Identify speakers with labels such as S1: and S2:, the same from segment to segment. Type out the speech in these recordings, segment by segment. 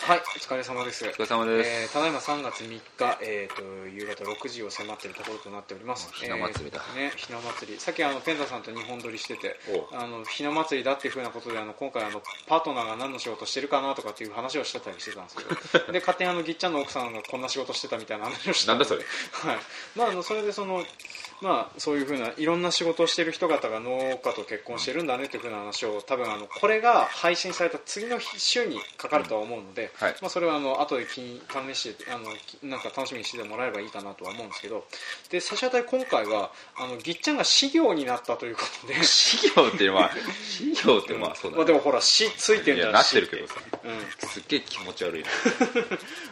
S1: はい、お疲れ様です。
S2: お疲れ様です。
S1: えーただいま3月3日、えー、と夕方6時を迫っているところとなっております
S2: あひな祭りだ
S1: えーね、ひな祭りさっきあのペンダさんと日本撮りしてて
S2: おう
S1: あのひな祭りだっていうふうなことであの今回あのパートナーが何の仕事してるかなとかっていう話をしてたりしてたんですけどで勝手にあのぎっちゃんの奥さんがこんな仕事してたみたいな話をしてた
S2: なんだそれ
S1: はいまあ、あのそれでその、まあ、そういうふうないろんな仕事をしている人方が農家と結婚してるんだねというふうな話を多分あのこれが配信された次の日週にかかるとは思うので、
S2: はい
S1: まあ、それはあの後で気に関連してあのきなんか楽しみにしててもらえればいいかなとは思うんですけどで差し当たり今回はあのぎっちゃんが資料になったということで
S2: 資料ってまあ資料ってま あそうだ、ね
S1: でもほら「し」ついてる
S2: い
S1: んだ
S2: や
S1: ら
S2: なってるけど
S1: 「
S2: さ
S1: し」うん
S2: すっげえ気持ち悪い な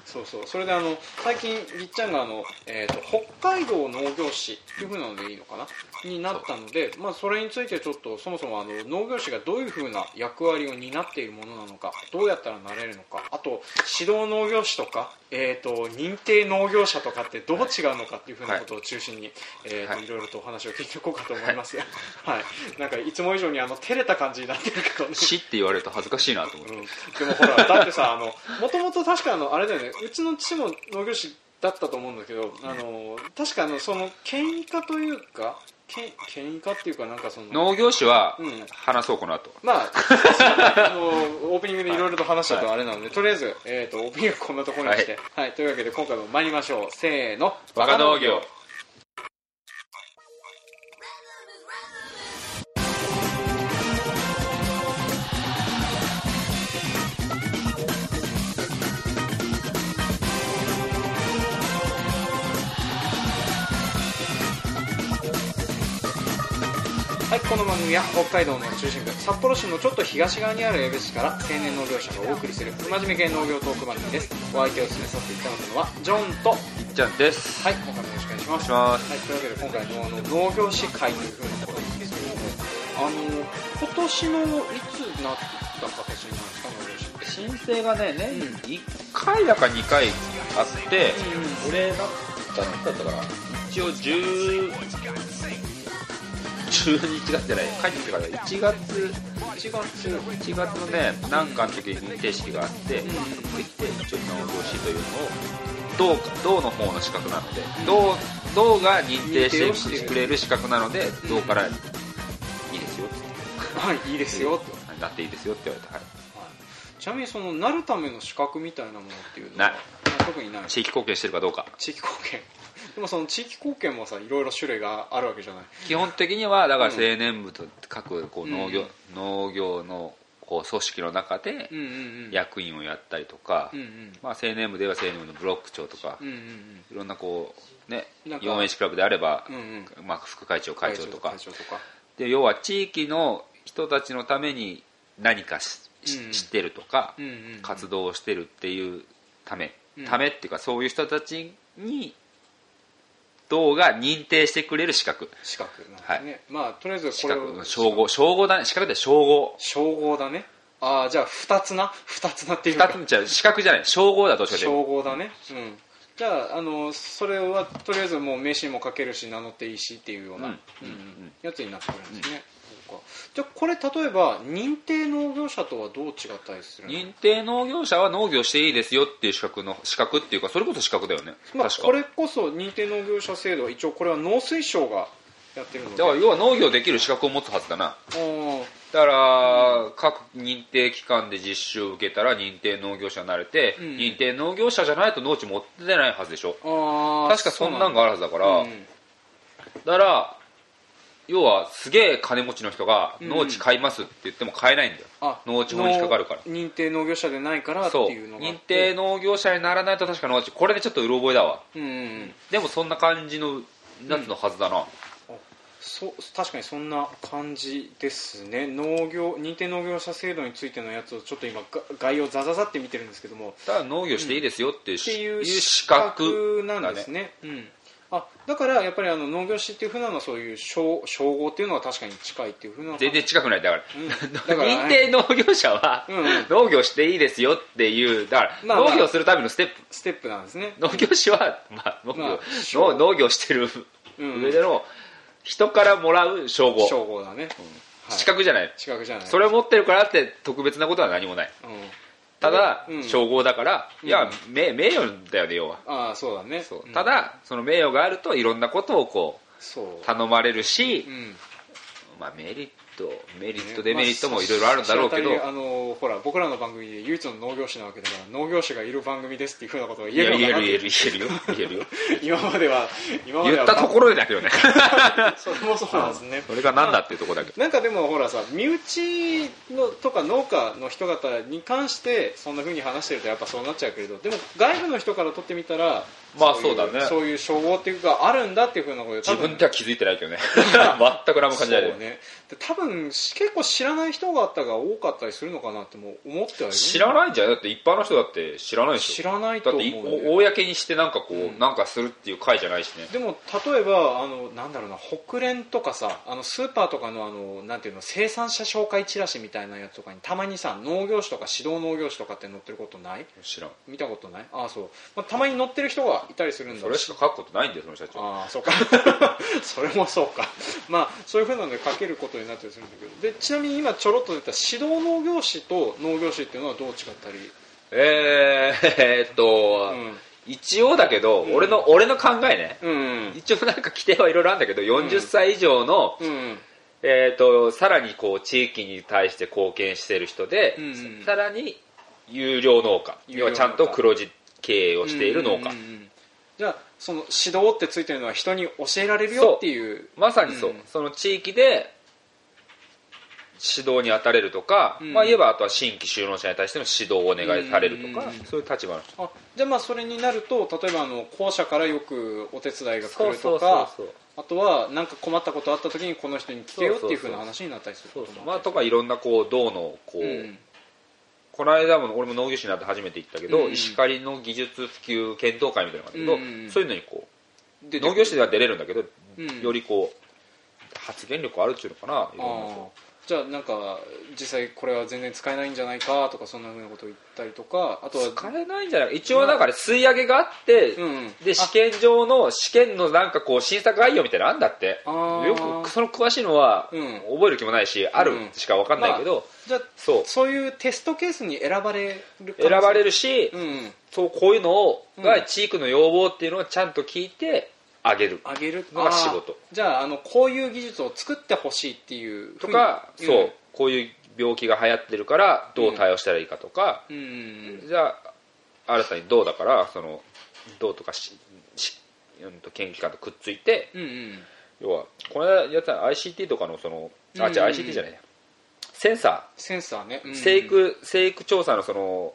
S1: そうそうそれであの最近りっちゃんがあの、えー、と北海道農業士っていう風なのでいいのかなになったので、まあ、それについてちょっとそもそもあの農業士がどういう風な役割を担っているものなのかどうやったらなれるのかあと指導農業士とか、えー、と認定農業者とかってどう違うのかっていう風なことを中心に、いえーと
S2: はい
S1: いろいろとお話を聞いていこうかと思います、はいなんかいつも以上にあの照れた感じになってるけどね
S2: 死って言われると恥ずかしいなと思って、
S1: うん、でもほらだってさもともと確かあのあれだよねうちの父も農業士だったと思うんだけど、あの確かあのその権威化というか権権威化っていうかなんかその
S2: 農業士は
S1: うん
S2: 話そうこの後
S1: ま あ、そうですねあのオープニングでいろいろと話したとあれなので、とりあえず、えー、とオープニングはこんなところにして、はいというわけで今回も参りましょうせーの
S2: バカ農業
S1: はい、この番組は北海道の中心部札幌市のちょっと東側にある江別市から青年農業者がお送りする不真面目系農業トーク番組ですお相手を務めさせていただくのはジョンとはい
S2: いっちゃんです
S1: 今回もよろしくお願いしま
S2: お願い
S1: すは
S2: します
S1: い、というわけで今回のあの農業士会というふうなところなんですけれどもあの今年のいつなった形になったのですか
S2: 申請がね年
S1: うん
S2: 1回だか2回あって、
S1: 農業士
S2: 俺なんか何だったかな一応10 12日だってない帰ってきてから1月
S1: 1月うん
S2: 1月のねなんかの時に認定式があって、
S1: ん
S2: できて一応農業士というのを銅銅の方の資格なので銅銅が認定
S1: 認定をして
S2: し
S1: る
S2: てくれる資格なので
S1: ん
S2: 銅からいいですよって
S1: はいいいですよと、
S2: はいなっていいですよって言われた、は
S1: はい、ちなみにそのなるための資格みたいなものっていうのは
S2: ない
S1: 特にない
S2: い、地域貢献してるかどうか
S1: 地域貢献でもその地域貢献もさいろいろ種類があるわけじゃない
S2: 基本的にはだから
S1: うん
S2: 青年部と各こう農業、
S1: うん
S2: 農業のこう組織の中で
S1: うんうんうん
S2: 役員をやったりとか、
S1: うんうん
S2: まあ、青年部では青年部のブロック長とか、
S1: うんうん
S2: いろんなこうね
S1: なんか
S2: 4H クラブであれば、
S1: うんうんうん
S2: まあ、副会長会長とか
S1: 会長とか
S2: で要は地域の人たちのために何かしし
S1: うん
S2: してるとか、
S1: うんうん
S2: 活動をしてるっていうため、
S1: うん
S2: ためっていうかそういう人たちに党が認定してくれる資格
S1: 資格なんですね、まあとりあえず
S2: 資
S1: これを
S2: 格称号称号だね資格で称号
S1: 称号だねああじゃあ二つな二つなっていう
S2: 二
S1: か
S2: つじゃ資格じゃない称号だとしか
S1: 称号だねうんじゃああのそれはとりあえずもう名刺にも書けるし名乗っていいしっていうような、
S2: うん
S1: うんうん
S2: うん
S1: やつになってくるんですね、そうかじゃあこれ例えば認定農業者とはどう違ったりするの
S2: 認定農業者は農業していいですよっていう資格の資格っていうかそれこそ資格だよね、
S1: まあ、
S2: 確か
S1: これこそ認定農業者制度は一応これは農水省がやってるので
S2: だから要は農業できる資格を持つはずだな
S1: あー
S2: だから各認定機関で実習を受けたら認定農業者になれて、
S1: うん
S2: 認定農業者じゃないと農地持ってないはずでしょ
S1: あー
S2: 確かそんなんがあるはずだからだ,、
S1: うん
S2: から要はすげえ金持ちの人が
S1: うん
S2: 農地買いますって言っても買えないんだよ、
S1: あ
S2: 農地法に引っかかるから
S1: 農認定農業者でないからって
S2: そう
S1: いうのがあっ
S2: 認定
S1: て
S2: 農業者にならないと確か農地これでちょっとうろ覚えだわ
S1: うんうんうん
S2: でもそんな感じのやつのはずだな、
S1: そ確かにそんな感じですね農業認定農業者制度についてのやつをちょっと今が概要ざざざって見てるんですけども
S2: ただ農業していいですよっていう,、
S1: っていう資
S2: 資
S1: 格
S2: 格
S1: なんですねうん、あだからやっぱりあの農業士っていうふうなのはそういう称称号っていうのは確かに近いっていうふうな
S2: 全然近くないだから
S1: うんだからね
S2: 認定農業者は
S1: うんうん
S2: 農業していいですよっていうだから
S1: まあまあ
S2: 農業するためのステップ
S1: ステップなんですね
S2: 農業士は まあ農業
S1: まあ
S2: 農農業してる
S1: うん
S2: 上での人からもらう称号
S1: 称号だね、はい
S2: 資格じゃない
S1: 資格じゃない
S2: それを持ってるからって特別なことは何もない
S1: うん
S2: ただ、
S1: うん
S2: 称号だから、いや名名誉だよね要は
S1: ああそうだね
S2: そう
S1: うん
S2: ただその名誉があるといろんなことをこ
S1: そう
S2: う頼まれるし、
S1: うん
S2: まあ、メリットメリットデメリットもいろいろあるんだろうけど、
S1: まあ、あのほら僕らの番組で唯一の農業士なわけだから農業士がいる番組ですっていうふうなことが
S2: い
S1: 言える
S2: や
S1: の
S2: 言え
S1: かな
S2: る言える言えるよ言えるよ
S1: 今までは今まで
S2: 言
S1: は
S2: ったところでだけどね
S1: それもそうなんですね
S2: それが何だっていうところだけど
S1: なんかでもほらさ身内のとか農家の人方に関してそんな風に話してるとやっぱそうなっちゃうけれどでも外部の人から取ってみたら
S2: まあ
S1: い
S2: そうだね
S1: そういう称号っていうかあるんだっていうふうなことで多
S2: 自
S1: 分
S2: 分では気づいてないけどね 全く何も感じないで
S1: そうねで多分し結構知らない人方が多かったりするのかなっても思ってはいる
S2: 知らないじゃんだって一般の人だって知らないでし
S1: 知
S2: ょ
S1: らない
S2: だ
S1: と思
S2: っ
S1: う、
S2: てい
S1: ね、
S2: 公にしてなんかこう、
S1: うん
S2: なんかするっていう会じゃないしね
S1: でも例えばあのなんだろうな北連とかさあのスーパーとかのあのなんていうの生産者紹介チラシみたいなやつとかにたまにさ農業士とか指導農業士とかって載ってることない
S2: 知らん
S1: 見たことないああそう、まあ、たまに載ってる人がいたりするんだ
S2: それしか書くことないんだよその社長
S1: ああそうか それもそうかまあそういうふうなので書けることになったりするんだけどでちなみに今ちょろっと出た指導農業士と農業士っていうのはどう違ったり、
S2: えー、えーっと、
S1: うん
S2: 一応だけど、
S1: うん
S2: 俺の俺の考えね、
S1: うん
S2: 一応なんか規定はいろいろあるんだけど40歳以上の、
S1: うん
S2: えー、とさらにこう地域に対して貢献してる人で、
S1: うんうん
S2: さらに有料農家
S1: 有
S2: 要
S1: 料農家
S2: はちゃんと黒字経営をしている農家、
S1: うんうんうんうんじゃあその指導ってついてるのは人に教えられるよっていう
S2: まさにそう、
S1: うん
S2: その地域で指導に当たれるとか、
S1: うん
S2: まあ、言えばあとは新規就農者に対しての指導をお願いされるとか、
S1: うんうんうん
S2: そういう立場の人
S1: あじゃあまあそれになると例えばあの校舎からよくお手伝いが来るとか
S2: そう
S1: あとはなんか困ったことあった時にこの人に聞けよっていうふうな話になったりする
S2: そう
S1: ことも
S2: まあとかいろんなこう道のこう、
S1: うん
S2: この間も俺も農業士になって初めて行ったけど、
S1: うん
S2: 石狩の技術普及検討会みたいなのがあったけど、
S1: うんうん
S2: そういうのにこう
S1: で
S2: 農業士では出れるんだけど、
S1: うん
S2: よりこう発言力あるっていうのかない
S1: あ
S2: ろんな
S1: ーじゃあなんか実際これは全然使えないんじゃないかとかそんなふうなことを言ったりとかあとは
S2: 使えないんじゃない一応なんかね吸い上げがあって、
S1: うんうん
S2: で試験場の試験のなんかこう審査概要みたいなのあんだって
S1: あー
S2: よくその詳しいのは
S1: うん
S2: 覚える気もないし、あるしか分かんないけど、
S1: じゃあ
S2: そう
S1: そういうテストケースに選ばれる可能性
S2: 選ばれるし、
S1: うんうん
S2: そうこういうのを、
S1: うん
S2: が地域の要望っていうのをちゃんと聞いてあげる
S1: あげる
S2: のが仕事
S1: あーじゃああのこういう技術を作ってほしいっていう
S2: とか、
S1: ふに
S2: そうこういう病気が流行ってるからどう対応したらいいかとか、
S1: うんうん
S2: じゃあ新たに銅だからその銅とかしし、うん、と研究機関とくっついて
S1: うんうんうん
S2: 要はこの間やった ICT とかのそのあ
S1: うん
S2: 違う ICT じゃないやセンサ
S1: センサーね、うんう
S2: ー
S1: ん
S2: 生育生育調査のその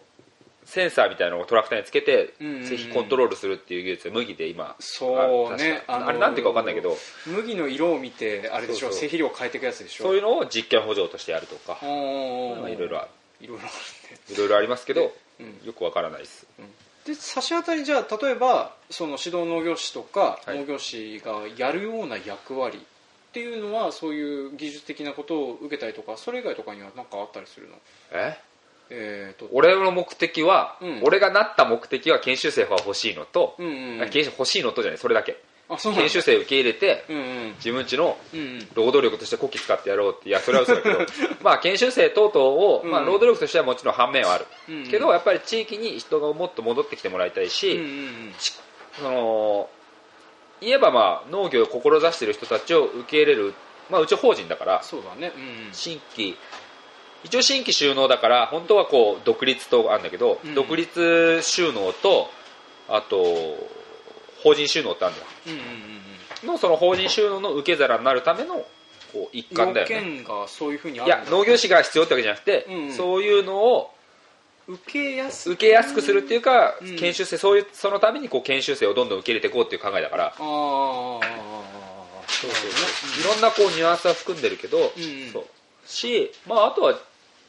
S2: センサーみたいなのをトラクターにつけて
S1: うんうんうん
S2: ぜひコントロールするっていう技術麦で今
S1: そうね
S2: あ
S1: のー
S2: あれなんていうか分かんないけど
S1: 麦の色を見てあれでしょ
S2: そうそう
S1: 製肥量を変えていくやつでしょ
S2: そういうのを実験補助としてやるとか
S1: おー
S2: まあいろいろあ
S1: いろいろあるね
S2: いろいろありますけど
S1: うん
S2: よくわからないです
S1: で差し当たりじゃあ例えばその指導農業士とか
S2: はい
S1: 農業士がやるような役割っていうのはそういう技術的なことを受けたりとかそれ以外とかには何かあったりするの
S2: え
S1: えー、と
S2: 俺の目的は、
S1: うん
S2: 俺がなった目的は研修生が欲しいのと、
S1: うんうんうん
S2: あ研修欲しいのとじゃないそれだけ
S1: あそうなん
S2: 研
S1: だ
S2: 修生受け入れて、
S1: うんうん
S2: 自分ちの
S1: うんうん
S2: 労働力としてこき使ってやろうっていやそれは嘘だけど まあ研修生等々を、まあ、
S1: うん
S2: 労働力としてはもちろん反面はある、
S1: うんうん
S2: けどやっぱり地域に人がもっと戻ってきてもらいたいし、
S1: うんうん
S2: ちその言えばまあ農業を志している人たちを受け入れる、まあ、うち法人だから
S1: そうだねうんうん
S2: 新規一応新規収納だから本当はこう独立とあるんだけど、
S1: うん
S2: 独立収納とあと法人収納ってあるんだよ
S1: うんうん
S2: のその法人収納の受け皿になるためのこう一
S1: うんう
S2: 環
S1: ん
S2: だ
S1: 要
S2: よね
S1: 件がそういうふうにあ
S2: い
S1: る
S2: や
S1: んだ
S2: 農業士が必要ってわけじゃなくて、
S1: うん
S2: そういうのを
S1: 受けやす
S2: 受けやすくするっていうか、
S1: うん
S2: 研修生そういうそのためにこう研修生をどんどん受け入れていこうっていう考えだから、
S1: ああそう
S2: いろんなこうニュアンスは含んでるけど、
S1: んうん
S2: そうし、まあ、あとは、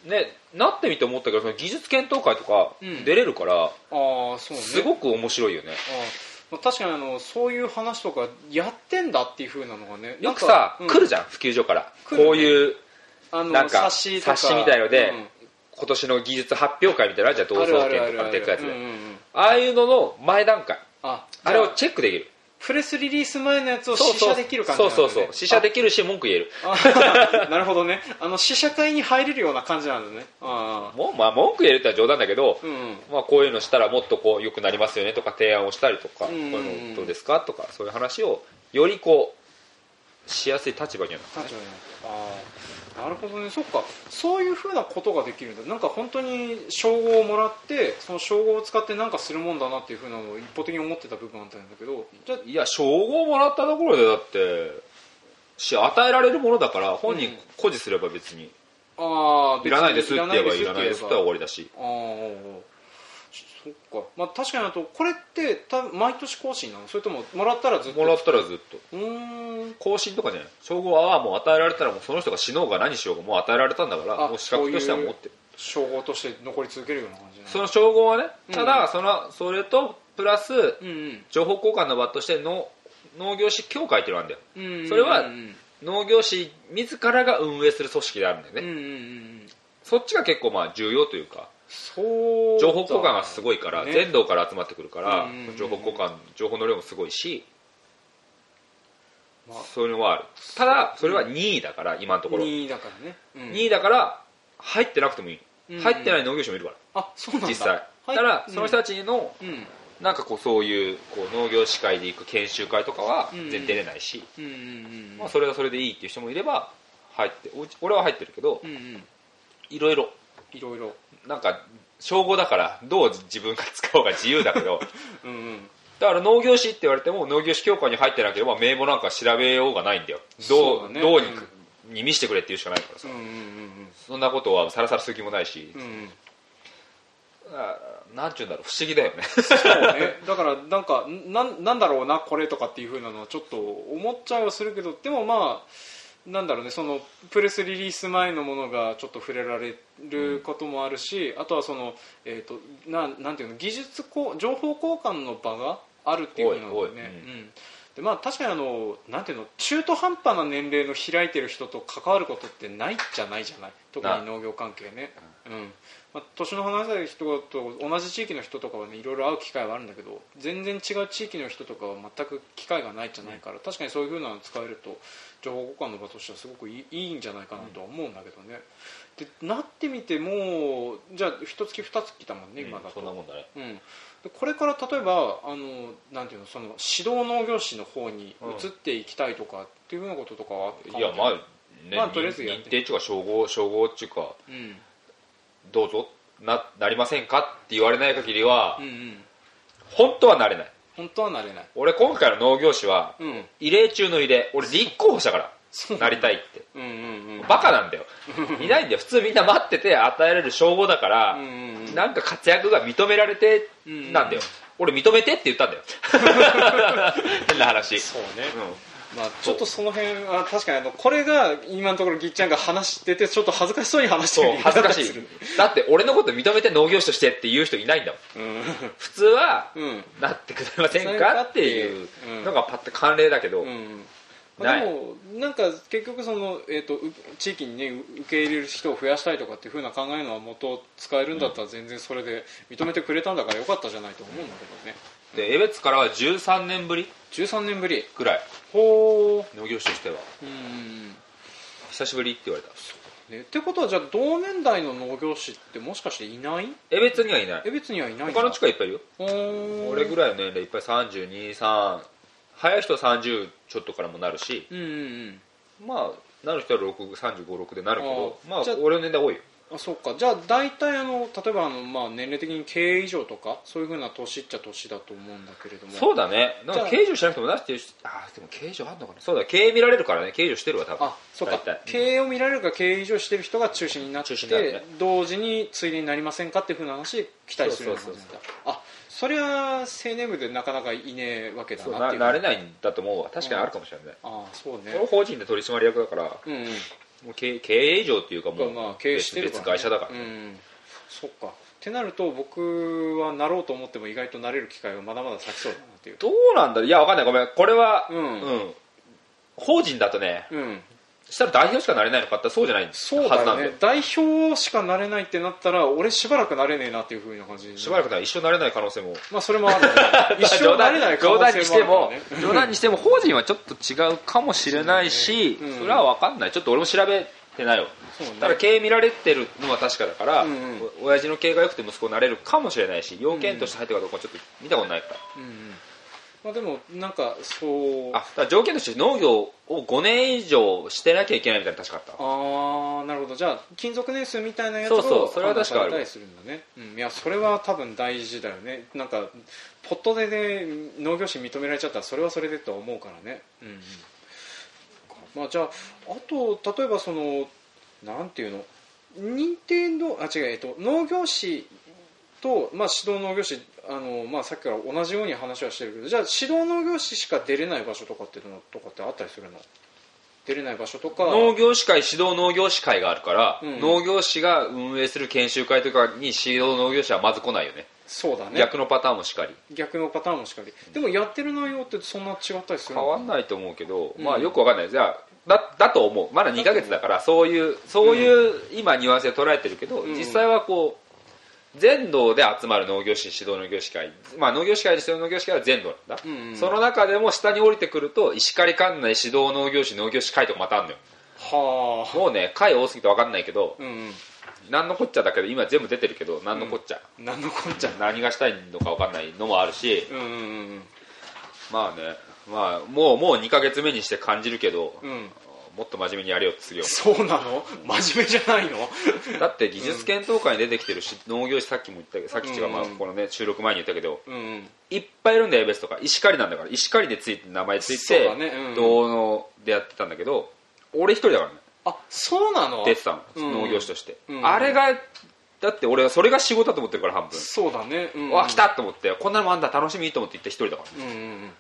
S2: ね、なってみて思ったけどその技術検討会とか
S1: うん
S2: 出れるから、
S1: だねああそうね
S2: す
S1: あ
S2: ごく面白いよね
S1: あまあ確かにあのそういう話とかやってんだっていうふうなのがね
S2: よくさ、来る
S1: じ
S2: じゃん普及所から、
S1: 来るね
S2: こういう
S1: ゃんあの
S2: なんか
S1: 冊子とか
S2: 冊子みたいので
S1: うん
S2: 今年の技術発表会みたいなのあるじゃん同
S1: あ
S2: 窓
S1: るあるあ
S2: 会と
S1: るある
S2: かのでっかいやつで
S1: うんうんうん
S2: ああいうのの前段階
S1: あ
S2: あれ
S1: じ
S2: を
S1: ゃ
S2: チェックできる
S1: プレスリリース前のやつを
S2: そう
S1: 試
S2: そう
S1: 写できる感じ
S2: そ
S1: な
S2: う
S1: だ
S2: んそ
S1: ね
S2: うそう試写できるし文句言える
S1: あなるほどねあの試写会に入れるような感じなんだねあ
S2: もう、まあ、文句言えるってのは冗談だけど、
S1: あうん
S2: まあ、こういうのしたらもっとこう良くなりますよねとか提案をしたりとか、
S1: うん
S2: こういうのどうですかとかそういう話をよりこうしやすい立場にはなった
S1: 立場になってああなるほどねそっかそういうふうなことができるんだなんか本当に称号をもらってその称号を使ってなんかするもんだなっていうふうなのを一方的に思ってた部分あったんだけどじゃ
S2: いや称号をもらったところでだってし与えられるものだから本人
S1: うん
S2: 誇示すれば別に、
S1: ああ
S2: いらないですって言えばいらないですって終わりだし
S1: ああそっかまあ確かにあとこれってた毎年更新なのそれとももらったらずっと
S2: もらったらずっと
S1: うーん
S2: 更新とかじゃない称号はああもう与えられたらもうその人が死のうが何しようがもう与えられたんだか
S1: あ
S2: らもう資格としては持ってる
S1: 称号として残り続けるような感じなの
S2: その称号はね
S1: うん
S2: ただそのそれとプラス
S1: うんうん
S2: 情報交換の場としての農業士協会っていうのがあるんだよ
S1: うんうんうんうん
S2: それは
S1: うん
S2: 農業士自らが運営する組織であるんだよね、
S1: うんうん
S2: そっちが結構まあ重要というか
S1: そう
S2: 情報交換がすごいから、
S1: ね
S2: 全道から集まってくるから、
S1: うんうんうん
S2: 情報交換情報の量もすごいし、
S1: まあ
S2: そういうのはあるただそれは2位だから今のところ、
S1: 2位だからね、うん
S2: 2位だから入ってなくてもいい、
S1: うん
S2: 入ってない農業士もいるか
S1: あそうなん
S2: ら
S1: だ
S2: 実際
S1: は
S2: た
S1: い
S2: だその人たちの、
S1: うんうん
S2: なんかこうそういうこう農業士会で行く研修会とかは
S1: うんうん
S2: 全然出れないし、
S1: うんうん
S2: まあ、それはそれでいいっていう人もいれば入っておうち俺は入ってるけど
S1: うんうん
S2: いろいろ
S1: いろいろ
S2: なんか称号だからどう自分が使おうが自由だ けど
S1: うんうん
S2: だから農業士って言われても農業士協会に入ってなければ名簿なんか調べようがないんだよ
S1: そ
S2: ど
S1: うだ
S2: う
S1: ね
S2: どうにくに見せてくれっていうしかないからさ
S1: うんうん
S2: そんなことはさらさらする気もないし
S1: うんうんうん
S2: あーなんていうんだろう不思議だよね
S1: そうね、だからなんかなんなんだろうなこれとかっていう風なのはちょっと思っちゃいはするけどでもまあなんだろうねそのプレスリリース前のものがちょっと触れられることもあるし、あとはその、えー、となんなんていうの技術こう情報交換の場があるっていうの
S2: お
S1: が
S2: いおい
S1: ね、
S2: う
S1: うんでまあ、確かにあのなんていうの中途半端な年齢の開いてる人と関わることってないじゃないじゃない特に農業関係ね。うんまあ、年の離れた人と同じ地域の人とかはねいろいろ会う機会はあるんだけど全然違う地域の人とかは全く機会がないじゃないから、確かにそういうふうなのを使えると情報交換の場としてはすごくいいいいんじゃないかなとは思うんだけどね、でなってみてもうじゃあ一月二月だもんね今だと、
S2: そんなもんだね
S1: うん、でこれから例えばあのなんていうのその指導農業士の方に移っていきたいとかっていうようなこととかは考えて
S2: い
S1: る
S2: やまあね、
S1: まあとりあえずやって
S2: 認定っていうか称号称号っていうか
S1: うん
S2: どうぞななりませんかって言われない限りは、
S1: うんうん
S2: 本当はなれない
S1: 本当はなれない
S2: 俺今回の農業士は
S1: うん
S2: 異例中の異例俺立候補したから
S1: そう
S2: なりたいって
S1: うんうんうん
S2: バカな んだよいないんだよ普通みんな待ってて与えられる称号だから、
S1: うんうんうん
S2: なんか活躍が認められてなんだよ、俺認めてって言ったん だよ変な話
S1: そうね、
S2: う
S1: まあ、ちょっとその辺は確かにあのこれが今のところぎっちゃんが話しててちょっと恥ずかしそうに話し
S2: ん
S1: て
S2: そ
S1: る
S2: う恥ずかし
S1: よう
S2: い
S1: な気が
S2: だって俺のこと認めて農業士としてって言う人いないんだもん
S1: する
S2: 普通は、
S1: うんうん
S2: なってくれませんかっていうのがパッと慣例だけど、
S1: うん
S2: ない
S1: でもなんか結局その、えー、とう地域に、ね、う受け入れる人を増やしたいとかっていう風な考えのは元使えるんだったら全然それで認めてくれたんだからよかったじゃないと思うんだけどね
S2: で江別からは13年ぶり
S1: 13年ぶり
S2: ぐらい
S1: ほ
S2: 農業士としては
S1: ううん
S2: 久しぶりって言われた
S1: ね、ってことはじゃあ同年代の農業士ってもしかしていない
S2: 江別にはいない
S1: え別にはいないんだ
S2: 他の地区はいっぱいいるよ
S1: 俺
S2: 俺ぐらいの年齢いっぱい323早い人は30ちょっとからもなるし
S1: うんうんうん
S2: まあなる人は3536でなるけど
S1: あー
S2: まあ
S1: じゃあ
S2: 俺の年代多いよ
S1: あそっかじゃあ大体あの例えばあの、まあ、年齢的に経営以上とかそういうふうな年っちゃ年だと思うんだけれども
S2: そうだねなん
S1: じゃあ
S2: か経常しなくてもなしてるしあーでも経常あんのかなそうだ経営見られるからね経常してるわ多分
S1: あそうか
S2: 大体
S1: 経営を見られるか経営以上してる人が中心になって
S2: 中心になるね
S1: 同時についでになりませんかっていうふうな話期待するような感じなんだ
S2: そう
S1: あそれは青年部でなかなかいねえわけだ
S2: そう
S1: なっ
S2: な
S1: ていう
S2: なれないんだと思うわ確かにあるかもしれない
S1: あそうね
S2: 俺法人で取締役だから
S1: うんうん
S2: もう経経営以上っていうかもう
S1: まあ経営してる
S2: 別別会社だから
S1: ね
S2: ね
S1: うん、そっかってなると僕はなろうと思っても意外となれる機会はまだまだ先そうだなっていう
S2: どうなんだろういやわかんないごめんこれは
S1: うん
S2: うん法人だとね
S1: うん
S3: したら代表しかなれないのかってそうじゃないはず
S1: そう
S3: な
S1: だ
S3: んだよ
S1: ね代表しかなれないってなったら俺しばらくなれねえなっていうふうな感じに
S3: しばらくなら一生なれない可能性 も
S1: まあそれもある、ね、 一生なれない可
S2: 冗
S1: 能
S2: 談にし
S1: 性
S2: て
S1: もあ
S2: も
S1: るからね
S2: 冗談にしても法人はちょっと違うかもしれないし
S1: そうねうん
S2: それは分かんないちょっと俺も調べてないよ
S1: そうね
S2: ただ経営見られてるのは確かだから、
S1: うんうん
S2: お親父の経営が良くて息子になれるかもしれないし要件として入ってるかどうかはちょっと見たことないから,、
S1: うんうんまあでもなんかそう
S2: あだから条件として農業を5年以上してなきゃいけないみたいなの確かあった
S1: ああなるほどじゃあ勤続年数みたいなやつ
S2: そうそう
S1: を
S2: それは確かある
S1: 判断されたりするんだね、うん、いやそれは多分大事だよねなんかポットでね農業士認められちゃったらそれはそれでとは思うからねうんうんまあじゃああと例えばそのなんていうの認定のあ違う、えっと、農業士と、まあ、指導農業士あの、まあ、さっきから同じように話はしてるけどじゃあ指導農業士しか出れない場所とかっていうのとかってあったりするの出れない場所とか
S2: 農業士会指導農業士会があるから、
S1: うん
S2: 農業士が運営する研修会とかに指導農業士はまず来ないよね
S1: そうだね逆
S2: 逆のパターンもしかり
S1: のパターンもしかりでもやってる内容ってそんな違ったりする
S2: 変わん
S1: の
S2: ないと思うけど、
S1: うん
S2: まあよくわかんないじゃあだだと思うまだ2ヶ月だからそういうそういう今ニュアンスで捉えてるけど、
S1: ん
S2: 実際はこう全道で集まる農業士指導農業士会、まあ、農業士会で指導農業士会は全道なんだ、
S1: うんうん
S2: その中でも下に降りてくると石狩管内指導農業士農業士会とかまたあるのよ
S1: はあ
S2: もうね会多すぎてわかんないけど
S1: うん
S2: 何のこっちゃだけど今全部出てるけど何のこっちゃ、
S1: うんなんのこっちゃ
S2: 何がしたいのかわかんないのもあるし
S1: うんうんうん
S2: まあねまあもうもう2ヶ月目にして感じるけど、
S1: うんうん
S2: もっと真面目にやれよってするよ
S1: そうなの真面目じゃないの
S2: だって技術検討会に出てきてるし、農業士さっきも言ったけどさっき違う、
S1: うん
S2: まあ、このね収録前に言ったけど
S1: うんうん
S2: いっぱいいるんだよエベスとか石狩なんだから石狩でついて名前つい
S1: そう
S2: て、
S1: だねうん
S2: 同能でやってたんだけど俺一人だからね
S1: あそうなの
S2: 出てたの、
S1: うん
S2: 農業士として、
S1: うん
S2: あれがだって俺はそれが仕事だと思ってるから半分、
S1: そうだねうんうん
S2: わ来たと思ってこんなのもあんだ楽しみと思って行った一人だから
S1: うんうん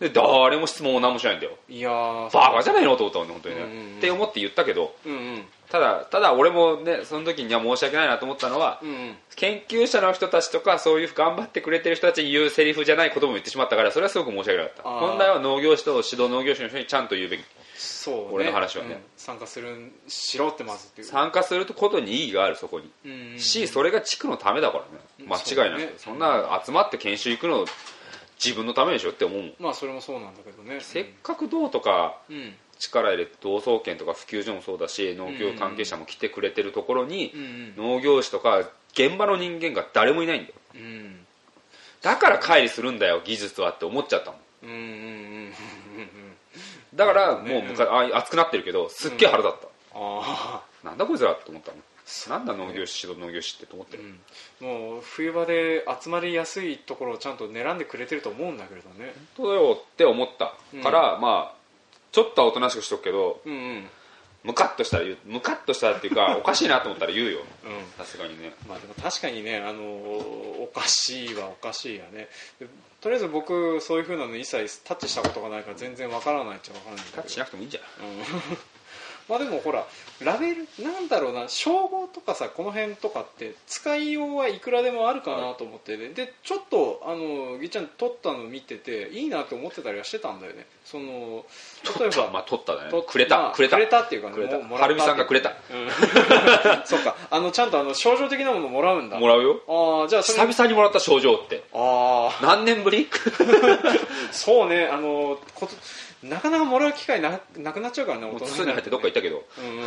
S2: で誰も質問を何もしないんだよ
S1: うんいやー
S2: バカじゃないのと思ったもんね本当にね、
S1: うんうんうん
S2: って思って言ったけど
S1: うんうん
S2: ただただ俺もねその時には申し訳ないなと思ったのは、
S1: うんうん
S2: 研究者の人たちとかそういう頑張ってくれてる人たちに言うセリフじゃないことも言ってしまったからそれはすごく申し訳なかった
S1: あー
S2: 本来は農業士と指導農業士の人にちゃんと言うべき
S1: そうね
S2: 俺の話はね
S1: うん参加するんしろってまずっていう
S2: 参加することに意義があるそこに、
S1: うんうんうん
S2: しそれが地区のためだからね間違いなく
S1: そう
S2: そ,、
S1: ね
S2: んな集まって研修行くの自分のためでしょって思うもん
S1: まあそれもそうなんだけどね
S2: せっかく道とか
S1: うん
S2: 力入れて同窓研とか普及所もそうだし農業関係者も来てくれてるところに
S1: うんうん
S2: 農業士とか現場の人間が誰もいないんだよ
S1: うん
S2: だから乖離するんだよ技術はって思っちゃったもん
S1: うんうんうんうんうん
S2: だから
S1: ね
S2: もうむか、あ熱くなってるけどすっげえ腹立った、
S1: あ
S2: なんだこいつらって思ったのなんだ農業士指導農業士ってと思って
S1: あ、
S2: る、
S1: うん、もう冬場で集まりやすいところをちゃんと狙んでくれてると思うんだけれどね
S2: そうだよって思った
S1: うん
S2: から、まあちょっとはおとなしくしとくけど
S1: うんうん
S2: ムカッとしたら言うムカッとしたらっていう かおかしいなと思ったら言うよ
S1: うん
S2: さすがにね
S1: まあでも確かにね、あのおかしいはおかしいやねでとりあえず僕そういうふうなの一切タッチしたことがないから全然わからないっちゃわからないん
S2: タ
S1: だ
S2: ッ
S1: け
S2: チし
S1: ど
S2: なくてもいいんじゃない
S1: うんまあでもほらラベルなんだろうな称号とかさこの辺とかって使いようはいくらでもあるかなと思ってねでちょっとあのぎっちゃん撮ったの見てていいなと思ってたりはしてたんだよねその例え
S2: 取ったま
S1: ば
S2: あ取っただ
S1: と
S2: ねくれた、
S1: まあ
S2: くれた
S1: くれたっていうかね
S2: くれた
S1: ももら
S2: は
S1: った
S2: るみさんがくれた
S1: そっかあのちゃんとあの症状的なものもらうんだ
S2: もらうよ
S1: ああじゃあそれ
S2: 久々にもらった症状って
S1: ああ
S2: 何年ぶり
S1: そうねあのことなかなかもらう機会ななくなっちゃうからね
S2: も
S1: 大
S2: う
S1: 人
S2: 筒に入ってどっか行ったけど
S1: うんうん、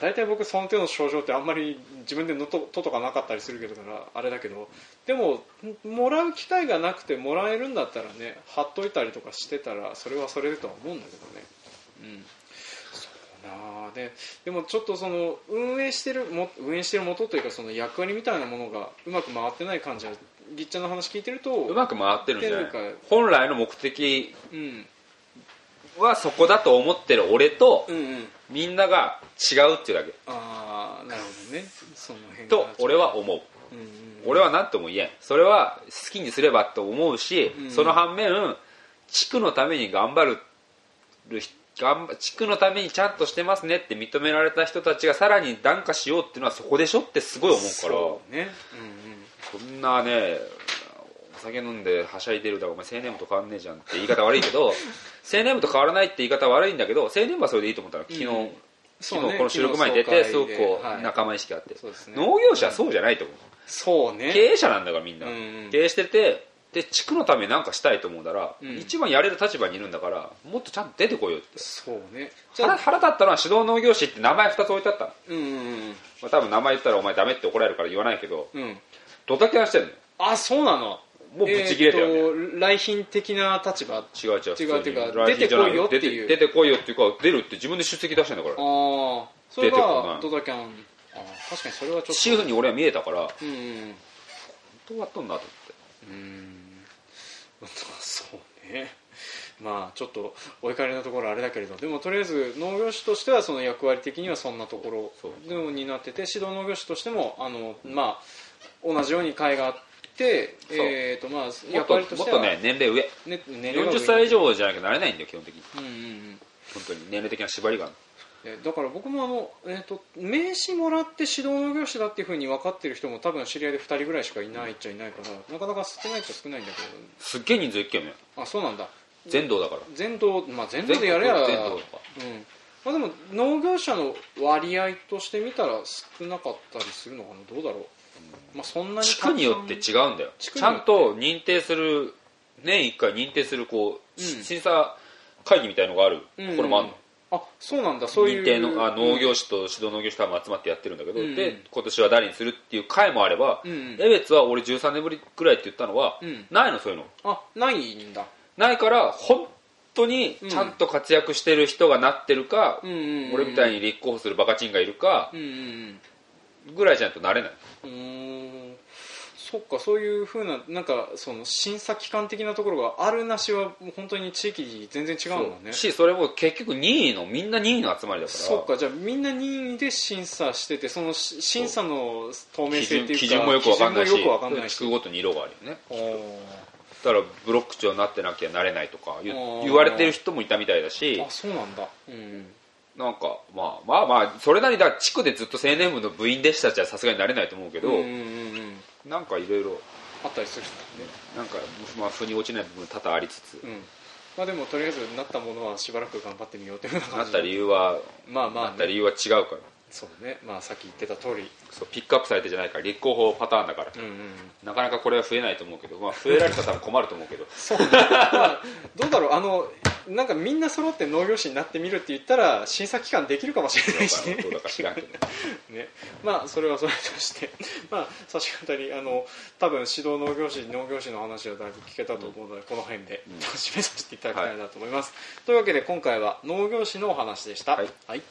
S1: 大体僕その手の症状ってあんまり自分でのとととかなかったりするけどからあれだけどでもんもらう機会がなくてもらえるんだったらね貼っといたりとかしてたらそれはそれでとは思うんだけどねうんそうなあででもちょっとその運営してるも運営してる元というかその役割みたいなものがうまく回ってない感じはぎっちゃんの話聞いてると
S2: うまく回ってるんじゃな
S1: っていう
S2: い
S1: か
S2: 本来の目的
S1: うん
S2: はそこだと思ってる俺と、
S1: うんうん
S2: みんなが違うっていうだけ
S1: ああなるほどねその辺が
S2: と俺は思う
S1: うんうん
S2: 俺は何とも言えんそれは好きにすればと思うし、
S1: うん
S2: その反面地区のために頑張る頑張地区のためにちゃんとしてますねって認められた人たちがさらに檀家しようっていうのはそこでしょってすごい思うから
S1: そうねうんうん
S2: そんなね酒飲んではしゃいでるだろお前青年部と変わんねえじゃんって言い方悪いけ ど青年部と変わらないって言い方悪いんだけど青年部はそれでいいと思ったら昨日、
S1: うんそう
S2: 昨
S1: ね
S2: 日この収録前に出
S1: 昨日
S2: てす
S1: 総会
S2: ごく
S1: で
S2: こ
S1: は
S2: う
S1: い
S2: 仲間意識あって、
S1: そうですね
S2: 農業者はそうじゃないと思う、
S1: そうね
S2: 経営者なんだからみんな、
S1: うんうん
S2: 経営しててで地区のためなんかしたいと思うなら、
S1: うん
S2: 一番やれる立場にいるんだからもっとちゃんと出てこいよって
S1: そうねじゃ
S2: 腹
S1: あ
S2: 腹立ったのは指導農業士って名前2つ置いてあったの、
S1: うんうん
S2: まあ、多分名前言ったらお前ダメって怒られるから言わないけど
S1: うんうん
S2: ドタキャンしてんのよ
S1: あそうなの
S2: もうブチ切れたよね、
S1: えーと来賓的な立場あ
S2: 違う違う
S1: 違う
S2: 普通に
S1: 違う
S2: ライジンじゃ
S1: 出
S2: な
S1: てこいよっていう
S2: 出て出てこいよっていうか出るって自分で出席出してんだから
S1: あそれ
S2: 出てこな
S1: が
S2: い
S1: ドタキャンあー確かにそれはちょっ
S2: シーフに俺は見えたから本
S1: とうんうん
S2: 当終わっとんなと思って
S1: うーん そうねまあちょっとお怒りのところあれだけれどでもとりあえず農業種としてはその役割的にはそんなとこ
S2: そう
S1: ろでもになってて指導農業種としてもあの、まあ、同じように会があって、
S2: う
S1: えーとまあ、
S2: もっ
S1: 役
S2: と
S1: 割と
S2: も
S1: し
S2: って
S1: は
S2: とね年齢上
S1: ね年齢が上
S2: 40歳以上じゃなきゃなれないんだよ基本的に
S1: うんうんうん
S2: 本当に年齢的な縛りがある
S1: えだから僕もあの、えー、と名刺もらって指導農業種だっていうふうに分かってる人も多分知り合いで2人ぐらいしかいないっちゃいないからなかなか少ないっちゃ少ないんだけ
S2: すっげえ人数一軒目
S1: どあそうなんだ
S2: 全道だから
S1: 全道まあ全道でやれや
S2: 全道とか
S1: うんまあ、でも農業者の割合として見たら少なかったりするのかなどうだろう、まあ、そんなに
S2: 地
S1: たくさ
S2: 区
S1: ん
S2: によって違うんだよ
S1: 地区に
S2: ち
S1: よ
S2: ゃ
S1: って
S2: んと認定する年1回認定するこ
S1: う
S2: う、
S1: ん
S2: 審査会議みたいのがある、
S1: うん
S2: これもあるの
S1: あそうなんだそういう
S2: 認定のあ農業士と指導農業士会も集まってやってるんだけど、
S1: うん
S2: で今年は誰にするっていう会もあれば、
S1: うんうん
S2: 江別は俺13年ぶりくらいって言ったのは、
S1: うん
S2: ないのそういうの
S1: あないんだ
S2: ないから本当にちゃんと活躍してる人がなってるか、
S1: うんうんうん
S2: 俺みたいに立候補するバカチンがいるか
S1: うんうん
S2: ぐらいじゃないとなれない、
S1: うんうーんそっかそういうふうななんかその審査機関的なところがあるなしはもう本当に地域全然違うんだね
S2: しそれも結局任意のみんな任意の集まりだから
S1: そうかじゃあみんな任意で審査しててそのし審査の透明
S2: 基
S1: 性っ
S2: 準
S1: ていうか
S2: 基準もよくわかんないし
S1: 基準もよくわかんない
S2: 地
S1: し
S2: 区ごとに色があるよね
S1: おー
S2: だからブロック長になってなきゃなれないとか言
S1: あー
S2: 言われてる人もいたみたいだし
S1: あそうなんだうん
S2: なんかまあまあまあそれなりだ地区でずっと青年部の部員弟子たちはさすがになれないと思うけど、
S1: うんうんうんうん
S2: なんかいろいろね
S1: あったりする
S2: なんかまあ腑に落ちない部分多々ありつつ、
S1: うんまあでもとりあえずなったものはしばらく頑張ってみようっていうような
S2: な
S1: 感
S2: っ
S1: じ
S2: た理由は
S1: まあまあね
S2: なった理由は違うから
S1: そうねまあさっき言ってた通り
S2: そうピックアップされてじゃないから立候補パターンだから、
S1: うんうんうん
S2: なかなかこれは増えないと思うけど、まあ、増えられたら多分困ると思う けど
S1: そうね、まあどうだろうあのなんかみんな揃って農業士になってみるって言ったら審査機関できるかもしれないしね
S2: どうだか知らんけど
S1: ね、まあそれはそれとして、 まあ、差し当たりあの多分指導農業士農業士の話はだいぶ聞けたと思うので、この辺で
S2: ん
S1: 楽しめさせていただきたいなと思います、というわけで今回は農業士のお話でした、
S2: はい
S1: はい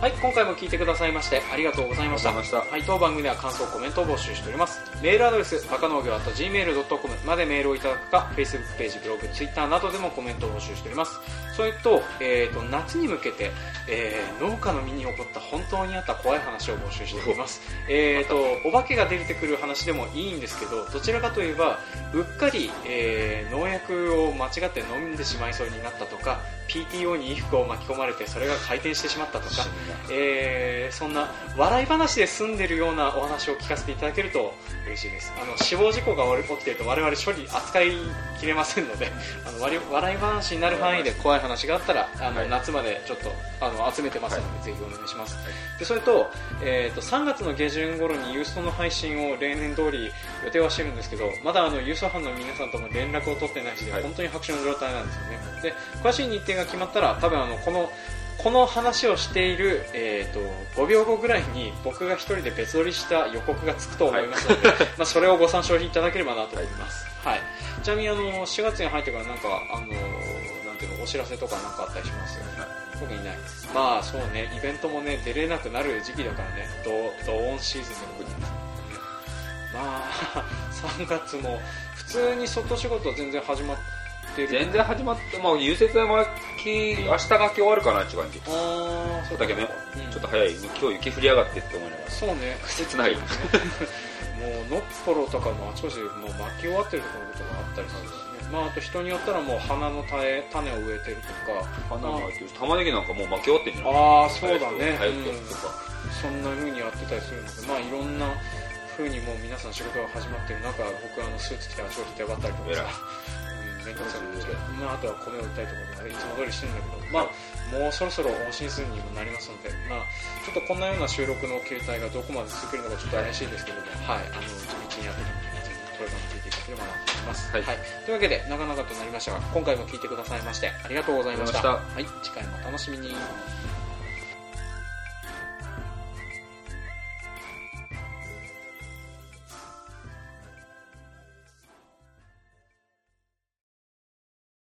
S1: はい、今回も聞いてくださいましてありがとうございました。
S2: ありがとうございま
S1: はい、当番組では感想、コメントを募集しております。メールアドレス、バカ農業 .gmail.com までメールをいただくか、Facebook ページ、ブログ、Twitter などでもコメントを募集しております。それと、えー、と夏に向けて、えー農家の身に起こった本当にあった怖い話を募集しております。えー、と、お化けが出てくる話でもいいんですけど、どちらかといえば、うっかり、えー農薬を間違って飲んでしまいそうになったとか、PTO に衣服を巻き込まれてそれが回転してしまったとか、えーそんな笑い話で済んでるようなお話を聞かせていただけると嬉しいですあの死亡事故が起きていると我々処理扱いきれませんので あの笑い笑い話になる範囲で怖い話があったらあの、
S2: はい
S1: 夏までちょっとあの集めてますので、ぜひお願いします、でそれと,、えー、と3月の下旬頃にユーストの配信を例年通り予定はしてるんですけどまだあのユースト班の皆さんとも連絡を取ってないし、
S2: はい
S1: 本当に白紙の状態なんですよねで詳しい日程が決まったら多分あのこのこの話をしている、えー、と5秒後ぐらいに僕が一人で別撮りした予告がつくと思いますので、まあ、それをご参照いただければなと思います、はいちなみにあの4月に入ってからなんかあのなんていうのお知らせとかなんかあったりします特にないまあそうねイベントもね出れなくなる時期だからねドドーンシーズンでまあ 3月も普通に外仕事全然始まってる
S2: 全然始まって、まあ、融雪は巻き明日がき終わるかなって感じ
S1: ああそう
S2: だけどね、
S1: うん
S2: ちょっと早い今日雪降りやがってって思いながら
S1: そうね
S2: 切ない
S1: もうのっぽろとかもあちこちでもう巻き終わってるところとかあったりするしねまああと人によったらもう花の種種を植えてるとか
S2: 花が開いてるし玉ねぎなんかもう巻き終わってんじゃん
S1: ああそうだね、
S2: 早く
S1: うん
S2: とか
S1: そんな風にやってたりするので、まあ、いろんな風にもう皆さん仕事が始まってる中僕はあのスーツ着て足を引っ張ったりとかさうん面倒くさくなっちゃうまあ、あとは米を売ったりとかもいつも通りしてるんだけど、まあ、もうそろそろオンシーズンにもなりますので、まあ、ちょっとこんなような収録の形態がどこまで続けるのかちょっと怪しいですけども、はい、あの地道にやっていくのでぜひこれからも聞いていただければなと思います、
S2: はい
S1: というわけで長々となりましたが今回も聞いてくださいましてありがとうございました
S2: ありがとう
S1: はい、次回もお楽しみに